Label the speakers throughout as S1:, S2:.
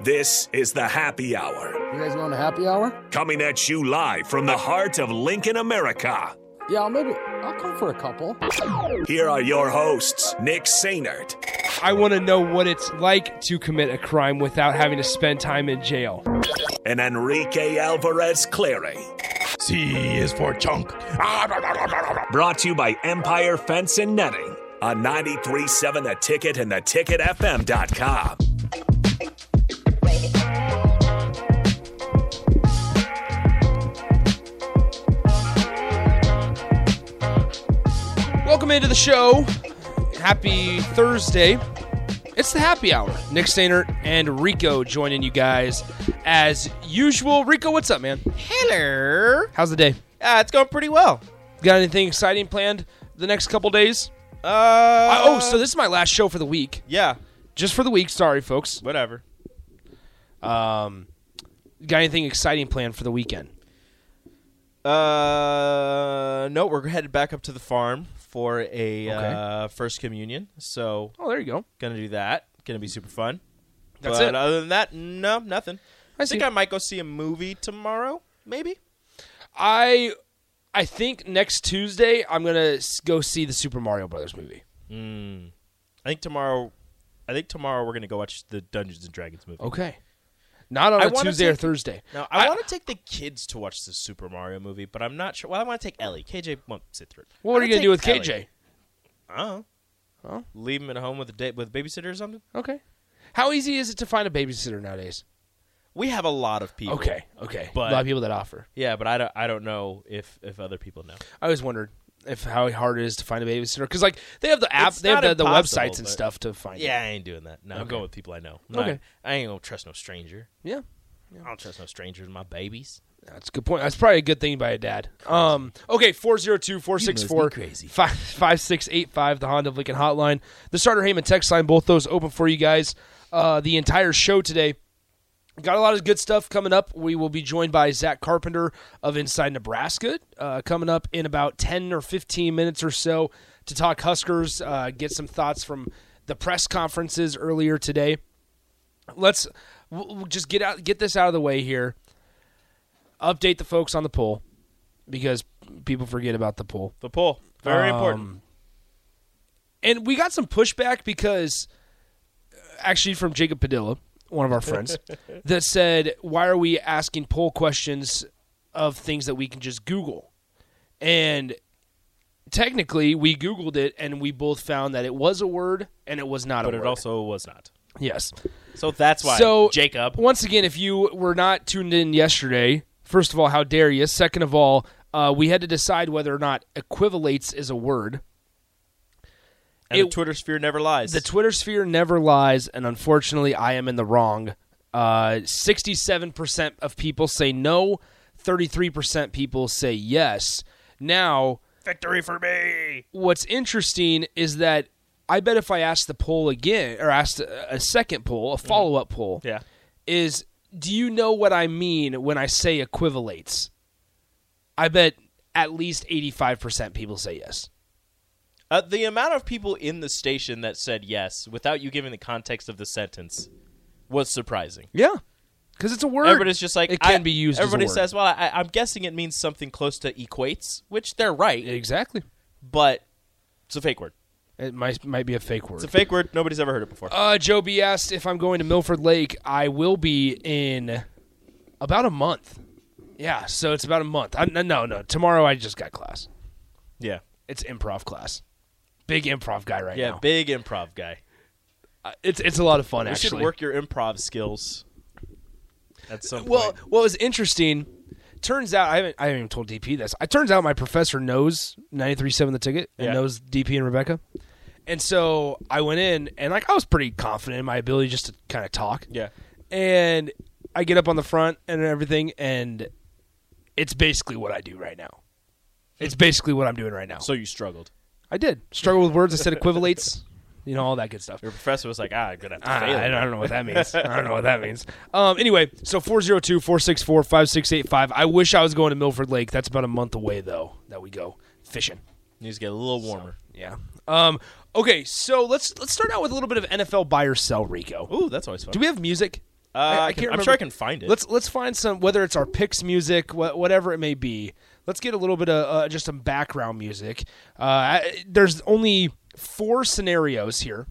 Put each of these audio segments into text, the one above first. S1: This is the happy hour,
S2: You guys going to happy hour?
S1: coming at you live from the heart of Lincoln, America.
S2: Yeah, I'll maybe I'll come for a couple.
S1: Here are your hosts, Nick Sainert
S3: I want to know what it's like to commit a crime without having to spend time in jail.
S1: and Enrique Alvarez Clary.
S4: C is for chunk.
S1: Brought to you by Empire Fence and Netting on 937 The Ticket and theticketfm.com.
S3: Welcome into the show. Happy Thursday. It's the happy hour. Nick Stainer and Rico joining you guys as usual. Rico, what's up, man?
S5: Hello.
S3: How's the day?
S5: Uh, it's going pretty well.
S3: Got anything exciting planned the next couple days?
S5: Uh,
S3: Uh, oh, so this is my last show for the week.
S5: yeah,
S3: Just for the week. Sorry, folks.
S5: whatever.
S3: Um, got anything exciting planned for the weekend?
S5: Uh, no, we're headed back up to the farm for
S3: Okay.
S5: a uh, first communion. So
S3: Oh, there you go.
S5: gonna do that. Gonna be super fun.
S3: That's
S5: but
S3: it.
S5: Other than that, no, nothing.
S3: I
S5: I think
S3: see.
S5: I might go see a movie tomorrow. Maybe.
S3: I I think next Tuesday I'm gonna s- go see the Super Mario Brothers movie.
S5: I think tomorrow. I think tomorrow we're gonna go watch the Dungeons and Dragons movie.
S3: Okay. Not on
S5: I
S3: a
S5: wanna
S3: Tuesday or
S5: take-
S3: Thursday.
S5: Now I, want to take the kids to watch the Super Mario movie, but I'm not sure. Well, I want to take Ellie. KJ won't sit through it.
S3: What are
S5: I
S3: you gonna do
S5: wanna
S3: with
S5: take
S3: KJ?
S5: Ellie. I don't know.
S3: Well.
S5: Leave him at home with a da- with a babysitter or something.
S3: Okay. How easy is it to find a babysitter nowadays?
S5: We have a lot of people.
S3: Okay. Okay.
S5: But-
S3: a lot of people that offer.
S5: Yeah, but I don't. I don't know if if other people know.
S3: I always wondered if how hard it is to find a babysitter because like they have the app,
S5: It's
S3: they have
S5: not
S3: the, the
S5: impossible,
S3: websites and
S5: but-
S3: stuff to find. it.
S5: Yeah, I ain't doing that. No, I'm
S3: Okay.
S5: going with people I know. I'm not-
S3: Okay.
S5: I ain't gonna trust no stranger.
S3: Yeah.
S5: I don't trust no strangers. My babies.
S3: That's a good point. That's probably a good thing by a dad. Um, okay, 402 464 5685, the Honda of Lincoln hotline. The Starter Heyman text line, both those open for you guys. Uh, the entire show today. Got a lot of good stuff coming up. We will be joined by Zach Carpenter of Inside Nebraska uh, coming up in about 10 or 15 minutes or so to talk Huskers, uh, get some thoughts from the press conferences earlier today. Let's we'll we'll just get out, get this out of the way here update the folks on the poll because people forget about the poll.
S5: The poll very
S3: Um,
S5: important.
S3: And we got some pushback because actually from Jacob Padilla, one of our friends, that said, "Why are we asking poll questions of things that we can just Google?" And technically, we Googled it and we both found that it was a word and it was not
S5: But
S3: a word.
S5: it also was not.
S3: yes.
S5: So that's why.
S3: So
S5: Jacob.
S3: Once again, if you were not tuned in yesterday, first of all, how dare you? Second of all, uh, we had to decide whether or not equivalates is a word.
S5: And the
S3: it-
S5: Twitter sphere never lies.
S3: The Twitter sphere never lies, and unfortunately, I am in the wrong. Uh, 67% of people say no, 33% people say yes. Now,
S5: victory for me.
S3: what's interesting is that I bet if I asked the poll again, or asked a, a second poll, a follow up poll,
S5: Yeah.
S3: is do you know what I mean when I say equivalates? I bet at least 85% people say yes.
S5: Uh, the amount of people in the station that said yes without you giving the context of the sentence was surprising.
S3: Yeah. Because it's a word.
S5: Everybody's just like
S3: it can
S5: I-
S3: be used as a
S5: Everybody
S3: word.
S5: says, "Well, I, I'm guessing it means something close to equates," which they're right,
S3: Exactly.
S5: but it's a fake word.
S3: It might, might be a fake word.
S5: It's a fake word. Nobody's ever heard it before.
S3: uh, Joe B asked if I'm going to Milford Lake. I will be in about a month. Yeah, so it's about a month. I, no, no, no. Tomorrow I just got class.
S5: yeah,
S3: It's improv class. Big improv guy right
S5: yeah.
S3: now.
S5: Big improv guy.
S3: Uh, it's it's a lot of fun
S5: You
S3: actually.
S5: should work your improv skills at some
S3: Well,
S5: point.
S3: what was interesting? Turns out I haven't I haven't even told DP this. It turns out my professor knows 93.7 the ticket and
S5: Yeah.
S3: knows DP and Rebecca. And so I went in and like I was pretty confident in my ability just to kind of talk.
S5: Yeah.
S3: And I get up on the front and everything and it's basically what I do right now. It's basically what I'm doing right now.
S5: So you struggled.
S3: I did. Struggle with words, I said equivalates, you know, all that good stuff.
S5: Your professor was like, "Ah, I'm gonna have to
S3: I,
S5: fail."
S3: I don't, I
S5: it."
S3: don't know what that means. I don't know what that means. Um, anyway, so 402 464 5685. I wish I was going to Milford Lake. That's about a month away, though, that we go fishing.
S5: Needs to get a little warmer.
S3: Yeah. Um, okay, so let's let's start out with a little bit of NFL buy or sell, Rico.
S5: Ooh, that's always fun.
S3: Do we have music?
S5: Uh,
S3: I, I
S5: I can,
S3: can't
S5: I'm
S3: remember.
S5: sure I can find it.
S3: Let's let's find some whether it's our picks music, wha- whatever it may be. Let's get a little bit of uh, just some background music. Uh, I, there's only four scenarios here,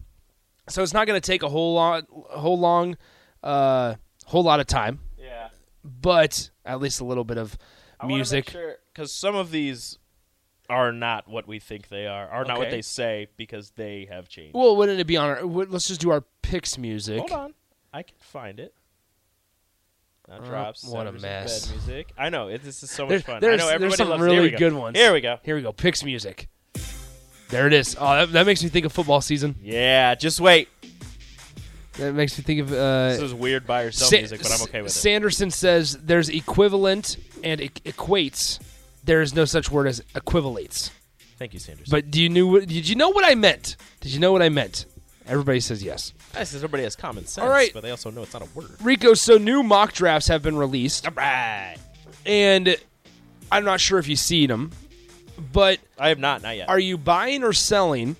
S3: so it's not going to take a whole lot, whole long, uh, whole lot of time. Yeah. But at least a little bit of music.
S5: because some of these are not what we think they are, are not what
S3: Okay.
S5: they say because they have changed.
S3: Well, wouldn't it be on our? would- Let's just do our picks music.
S5: Hold on, I can find it. Now drops.
S3: Uh, what a
S5: Sounders of
S3: mess.
S5: Bad music. I know it, this is so
S3: There-
S5: much fun.
S3: there's-
S5: I know
S3: there's
S5: everybody
S3: some
S5: loves
S3: really
S5: it. Here we go.
S3: good ones.
S5: Here we go.
S3: Here we go. Picks music. There it is. Oh, that, that makes me think of football season.
S5: Yeah, just wait.
S3: That makes me think of. Uh,
S5: This is weird by yourself
S3: Sa-
S5: music, but I'm okay with it.
S3: Sanderson says there's equivalent and e- equates. There is no such word as equivalates.
S5: Thank you, Sanders.
S3: But do you knew? What, did you know what I meant? Did you know what I meant? Everybody says yes.
S5: I says everybody has common sense,
S3: All right.
S5: but they also know it's not a word.
S3: Rico, so new mock drafts have been released,
S5: Right.
S3: and I'm not sure if you've seen them, but
S5: I have not, not yet.
S3: are you buying or selling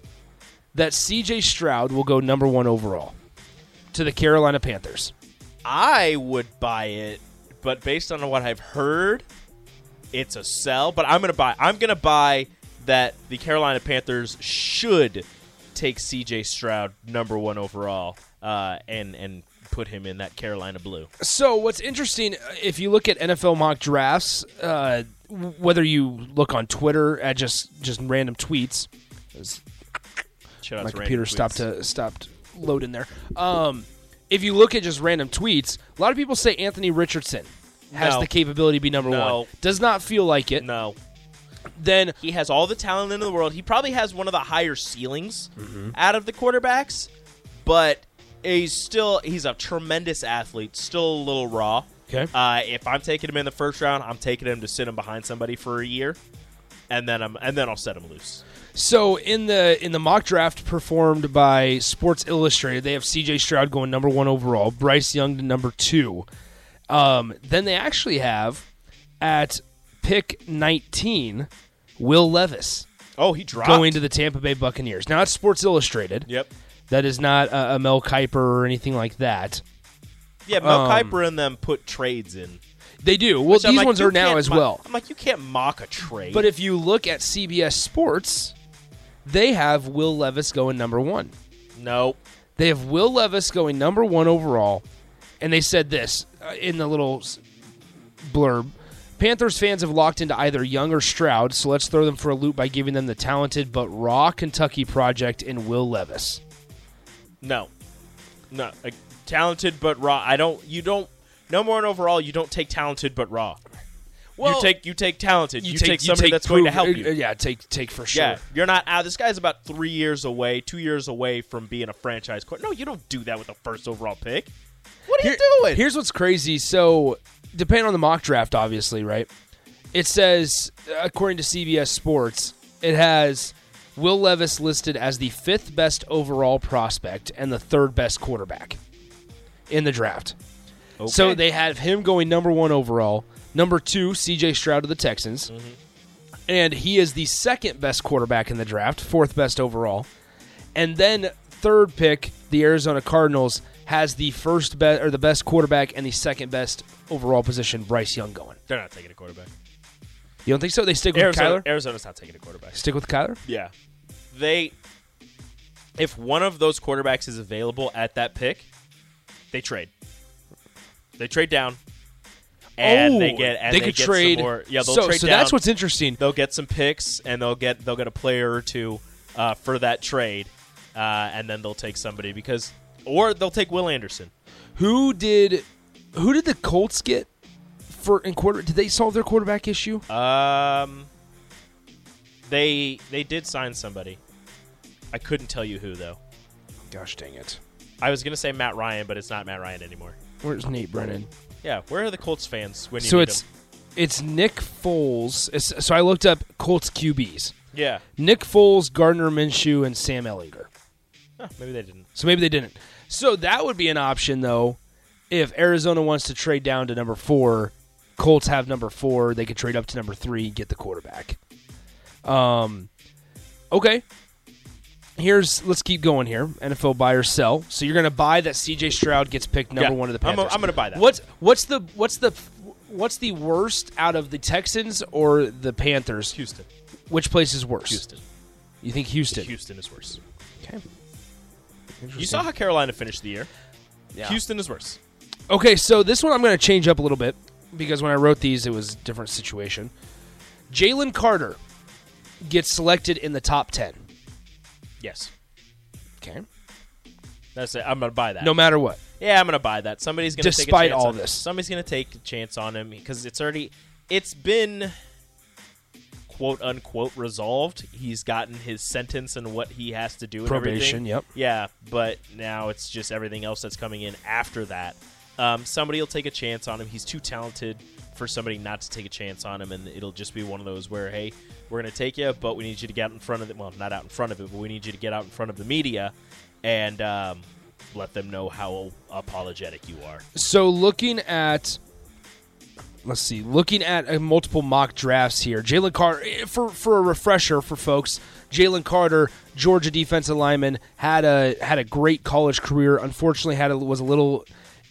S3: that CJ Stroud will go number one overall to the Carolina Panthers?
S5: I would buy it, but based on what I've heard, it's a sell. But I'm gonna buy. I'm gonna buy that the Carolina Panthers should take C.J. Stroud number one overall, uh, and and put him in that Carolina blue.
S3: So what's interesting, uh, if you look at NFL mock drafts, uh, w- whether you look on Twitter at just just random tweets,
S5: Shout out
S3: my
S5: to Randy
S3: computer
S5: Tweets.
S3: stopped to, stopped loading there. Um, if you look at just random tweets, a lot of people say Anthony Richardson has
S5: No.
S3: the capability to be number
S5: No.
S3: one. Does not feel like it.
S5: No,
S3: Then
S5: he has all the talent in the world. He probably has one of the higher ceilings
S3: Mm-hmm.
S5: out of the quarterbacks, but he's still he's a tremendous athlete. Still a little raw.
S3: Okay.
S5: Uh, if I'm taking him in the first round, I'm taking him to sit him behind somebody for a year, and then I'm and then I'll set him loose.
S3: So in the in the mock draft performed by Sports Illustrated, they have C.J. Stroud going number one overall, Bryce Young to number two. Um, then they actually have at pick nineteen Will Levis
S5: Oh, he dropped.
S3: going to the Tampa Bay Buccaneers. Now it's Sports Illustrated.
S5: yep.
S3: That is not uh, a Mel Kiper or anything like that.
S5: Yeah, Mel
S3: Um,
S5: Kiper and them put trades in.
S3: They do. Well,
S5: So I'm
S3: these
S5: like,
S3: ones
S5: you
S3: are now
S5: can't
S3: as
S5: mo-
S3: well.
S5: I'm like, you can't mock a trade.
S3: But if you look at CBS Sports, they have Will Levis going number one.
S5: no,
S3: They have Will Levis going number one overall, and they said this uh, in the little s- blurb. Panthers fans have locked into either Young or Stroud, so let's throw them for a loop by giving them the talented but raw Kentucky project in Will Levis.
S5: No, no. Like, talented but raw. I don't. You don't. No more and overall. You don't take talented but raw. you take you take talented. You, take, somebody that's going to help
S3: proof-
S5: you.
S3: uh, Yeah, take take for sure.
S5: Yeah, you're not. Ah, this guy's about three years away, two years away from being a franchise court. No, you don't do that with the first overall pick. What are
S3: Here-
S5: you doing?
S3: Here's what's crazy. So, depending on the mock draft, obviously, right? It says, according to CBS Sports, it has Will Levis listed as the fifth best overall prospect and the third best quarterback in the draft. So they have him going number one overall, number two, CJ Stroud of the Texans,
S5: Mm-hmm.
S3: and he is the second best quarterback in the draft, fourth best overall. And then third pick, the Arizona Cardinals has the first best or the best quarterback and the second best overall position, Bryce Young going.
S5: They're not taking a quarterback.
S3: You don't think so? They stick with
S5: Arizona,
S3: Kyler?
S5: Arizona's not taking a quarterback.
S3: Stick with Kyler?
S5: Yeah, they. If one of those quarterbacks is available at that pick, they trade. They trade down. And they get and
S3: Oh, could
S5: get some
S3: trade.
S5: more- yeah, they'll
S3: so
S5: trade
S3: so
S5: down.
S3: that's what's interesting.
S5: they'll get some picks and they'll get they'll get a player or two uh, for that trade, uh, and then they'll take somebody because or they'll take Will Anderson.
S3: Who did who did the Colts get for in quarter? Did they solve their quarterback issue?
S5: Um, they they did sign somebody. I couldn't tell you who though.
S3: Gosh dang it!
S5: I was gonna say Matt Ryan, but it's not Matt Ryan anymore.
S3: Where's Nate Brennan?
S5: Yeah, where are the Colts fans when you
S3: So
S5: need
S3: it's
S5: them?
S3: it's Nick Foles. It's, so I looked up Colts QBs:
S5: Yeah,
S3: Nick Foles, Gardner Minshew, and Sam Ellinger.
S5: Huh, Ah, maybe they didn't.
S3: So maybe they didn't. So that would be an option though, if Arizona wants to trade down to number four. Colts have number four. They could trade up to number three and get the quarterback. Um, okay. here's let's keep going here. NFL buy or sell. So you're going to buy that CJ Stroud gets picked number
S5: Yeah.
S3: one of the
S5: I'm
S3: Panthers.
S5: a- I'm gonna buy that.
S3: What's what's the what's the what's the worst out of the Texans or the Panthers?
S5: Houston.
S3: Which place is worse?
S5: Houston.
S3: You think Houston?
S5: Houston is worse.
S3: Okay.
S5: You saw how Carolina finished the year. Houston is worse.
S3: Okay, so this one I'm going to change up a little bit because when I wrote these, it was a different situation. Jalen Carter gets selected in the top ten.
S5: Yes.
S3: Okay.
S5: That's it. I'm gonna buy that.
S3: No matter what.
S5: Yeah, I'm gonna buy that. Somebody's gonna
S3: Despite
S5: take a chance
S3: all
S5: on him.
S3: this.
S5: Somebody's gonna take a chance on him because it's already it's been quote unquote resolved. He's gotten his sentence and what he has to do. And
S3: Probation,
S5: everything.
S3: yep.
S5: Yeah, but now it's just everything else that's coming in after that. Um, somebody will take a chance on him. He's too talented for somebody not to take a chance on him, and it'll just be one of those where, hey, we're going to take you, but we need you to get out in front of it. Well, not out in front of it, but we need you to get out in front of the media and um, let them know how apologetic you are.
S3: So looking at let's see, looking at uh, multiple mock drafts here. Jalen Carter eh, for for a refresher for folks. Jalen Carter, Georgia defensive lineman, had a had a great college career. Unfortunately, had a, was a little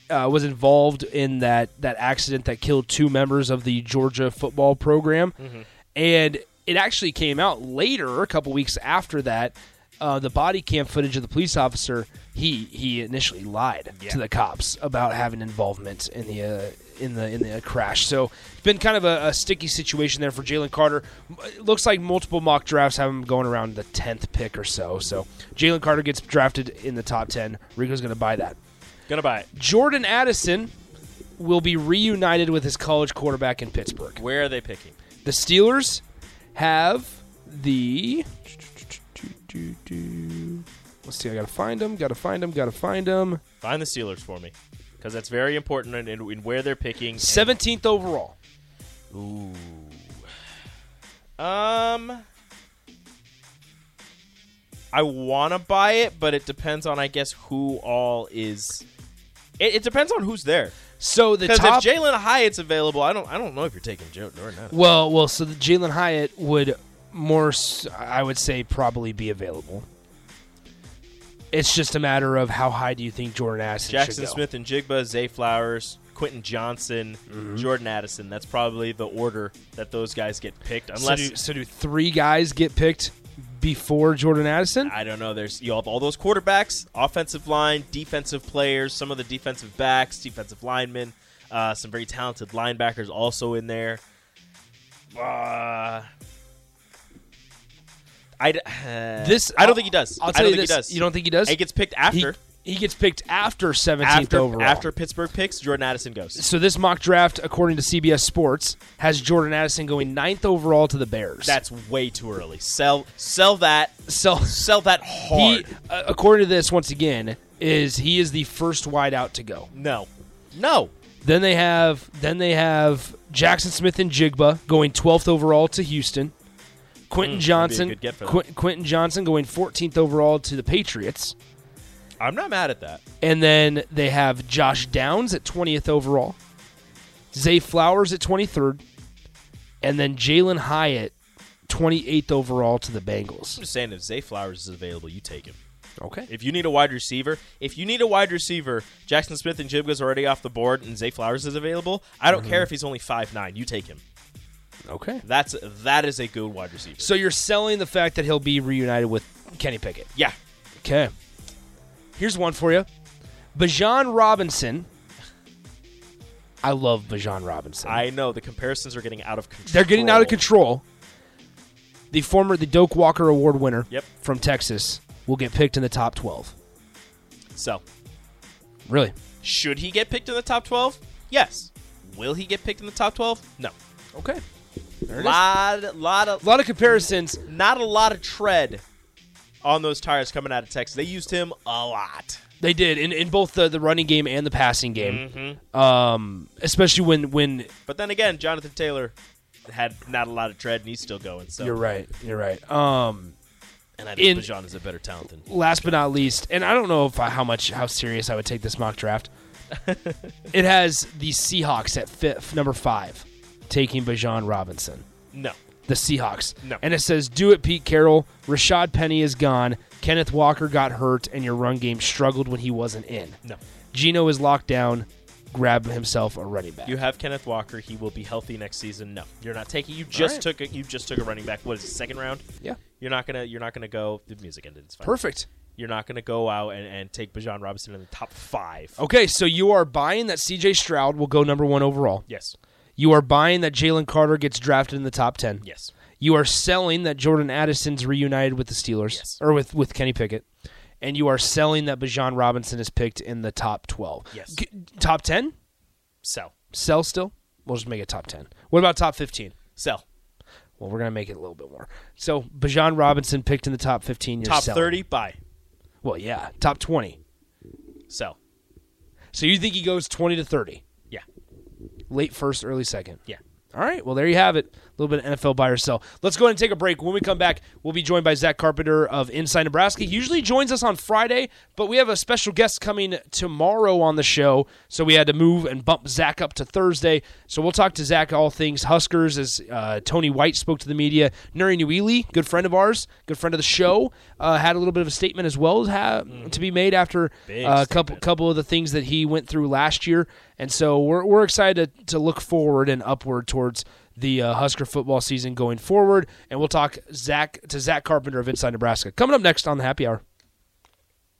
S3: uh, was involved in that that accident that killed two members of the Georgia football program, and it actually came out later, a couple weeks after that. Uh, the body cam footage of the police officer, he he initially lied to the cops about having involvement in the uh, in the in the crash. So it's been kind of a, a sticky situation there for Jalen Carter. M- It looks like multiple mock drafts have him going around the tenth pick or so. So Jalen Carter gets drafted in the top ten. Rico's going to buy that.
S5: Gonna buy it.
S3: Jordan Addison will be reunited with his college quarterback in Pittsburgh.
S5: Where are they picking?
S3: The Steelers have the. Let's see. I gotta find them. Gotta find them. Gotta find them.
S5: Find the Steelers for me because that's very important in, in, in where they're picking.
S3: Seventeenth overall.
S5: Um, I want to buy it, but it depends on, I guess, who all is. It, it depends on who's there.
S3: So the
S5: Because if
S3: top.
S5: Jalen Hyatt's available, I don't, I don't know if you're taking Jordan or not.
S3: well, well. So the Jalen Hyatt would more. s- I would say probably be available. It's just a matter of how high do you think Jordan Addison should
S5: Jackson
S3: go.
S5: Smith and Jigba, Zay Flowers, Quentin Johnson,
S3: Mm-hmm.
S5: Jordan Addison. That's probably the order that those guys get picked.
S3: So
S5: Unless
S3: do, so do three guys get picked before Jordan Addison?
S5: I don't know. There's you have all those quarterbacks, offensive line, defensive players, some of the defensive backs, defensive linemen, uh, some very talented linebackers also in there. Uh, I d- uh,
S3: This
S5: I
S3: I'll-
S5: don't think he does.
S3: I'll
S5: I
S3: tell
S5: don't
S3: you
S5: think
S3: this.
S5: he does.
S3: You don't think he does?
S5: It gets picked after
S3: He, he gets picked after 17th
S5: after
S3: overall.
S5: after Pittsburgh picks Jordan Addison goes.
S3: So this mock draft, according to CBS Sports, has Jordan Addison going ninth overall to the Bears.
S5: That's way too early. Sell sell that
S3: so.
S5: sell that
S3: He,
S5: hard.
S3: uh, according to this, once again, is he is the first wideout to go.
S5: no. No.
S3: Then they have then they have Jackson Smith and Jigba going 12th overall to Houston. Quentin
S5: Hmm,
S3: Johnson,
S5: good get for them.
S3: Quin- Quentin Johnson going 14th overall to the Patriots.
S5: I'm not mad at that.
S3: And then they have Josh Downs at 20th overall, Zay Flowers at 23rd, and then Jalen Hyatt, 28th overall to the Bengals.
S5: I'm just saying if Zay Flowers is available, you take him.
S3: Okay.
S5: If you need a wide receiver, if you need a wide receiver, Jackson Smith and Jibga's already off the board and Zay Flowers is available. I don't care if he's only five nine. You take him.
S3: Okay.
S5: That's that is a good wide receiver.
S3: So you're selling the fact that he'll be reunited with Kenny Pickett.
S5: yeah.
S3: Okay. Here's one for you Bajan Robinson. I love Bajan Robinson.
S5: I know the comparisons are getting out of control.
S3: They're getting out of control. The former, the Doak Walker Award winner
S5: Yep.
S3: from Texas will get picked in the top 12.
S5: So
S3: Really?
S5: should he get picked in the top twelve? Yes. Will he get picked in the top twelve? No.
S3: Okay.
S5: Lot lot of
S3: A lot of comparisons.
S5: not a lot of tread on those tires coming out of Texas. They used him a lot.
S3: They did in, in both the, the running game and the passing game. Um, especially when when
S5: But then again, Jonathan Taylor had not a lot of tread and he's still going. So
S3: you're right, you're right. Um,
S5: And I
S3: In-
S5: think Bajan is a better talent than.
S3: last but not least, and I don't know if I, how much how serious I would take this mock draft. it has the Seahawks at fifth, number five, taking Bajan Robinson.
S5: No.
S3: the Seahawks.
S5: No.
S3: And it says, "Do it, Pete Carroll. Rashad Penny is gone. Kenneth Walker got hurt, and your run game struggled when he wasn't in.
S5: No.
S3: Gino is locked down. Grab himself a running back.
S5: You have Kenneth Walker. He will be healthy next season. No, you're not taking. You just
S3: right.
S5: took. A, you just took a running back. What is it, second round?
S3: yeah,
S5: You're not gonna. You're not gonna go. The music ended. It's fine.
S3: perfect.
S5: You're not gonna go out and, and take Bajan Robinson in the top five.
S3: Okay, so you are buying that C.J. Stroud will go number one overall.
S5: Yes.
S3: You are buying that Jalen Carter gets drafted in the top ten.
S5: Yes.
S3: You are selling that Jordan Addison's reunited with the Steelers
S5: Yes.
S3: or with, with Kenny Pickett. And you are selling that Bajan Robinson is picked in the top 12.
S5: Yes.
S3: G- top 10?
S5: Sell.
S3: Sell still? We'll just make it top 10. What about top 15?
S5: Sell.
S3: Well, we're going to make it a little bit more. So, Bajan Robinson picked in the top 15. You're
S5: top
S3: selling.
S5: thirty. Buy.
S3: Well, yeah. Top 20.
S5: Sell.
S3: So, you think he goes 20 to 30?
S5: Yeah.
S3: Late first, early second.
S5: Yeah.
S3: All right. Well, there you have it. A little bit of NFL buy or sell. Let's go ahead and take a break. When we come back, we'll be joined by Zach Carpenter of Inside Nebraska. He usually joins us on Friday, but we have a special guest coming tomorrow on the show. So we had to move and bump Zach up to Thursday. So we'll talk to Zach all things Huskers as uh, Tony White spoke to the media. Nuri Newili, good friend of ours, good friend of the show, uh, had a little bit of a statement as well to, have, to be made after
S5: Big
S3: uh, a couple couple of the things that he went through last year, and so we're we're excited to, to look forward and upward towards the uh, Husker football season going forward. And we'll talk Zach to Zach Carpenter of Inside Nebraska coming up next on the Happy Hour.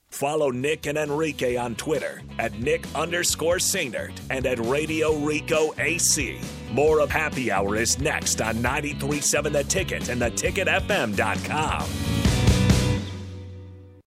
S1: Follow Nick and Enrique on Twitter at Nick underscore Sainert and at Radio Rico AC. More of Happy Hour is next on 937 The Ticket and theticketfm.com.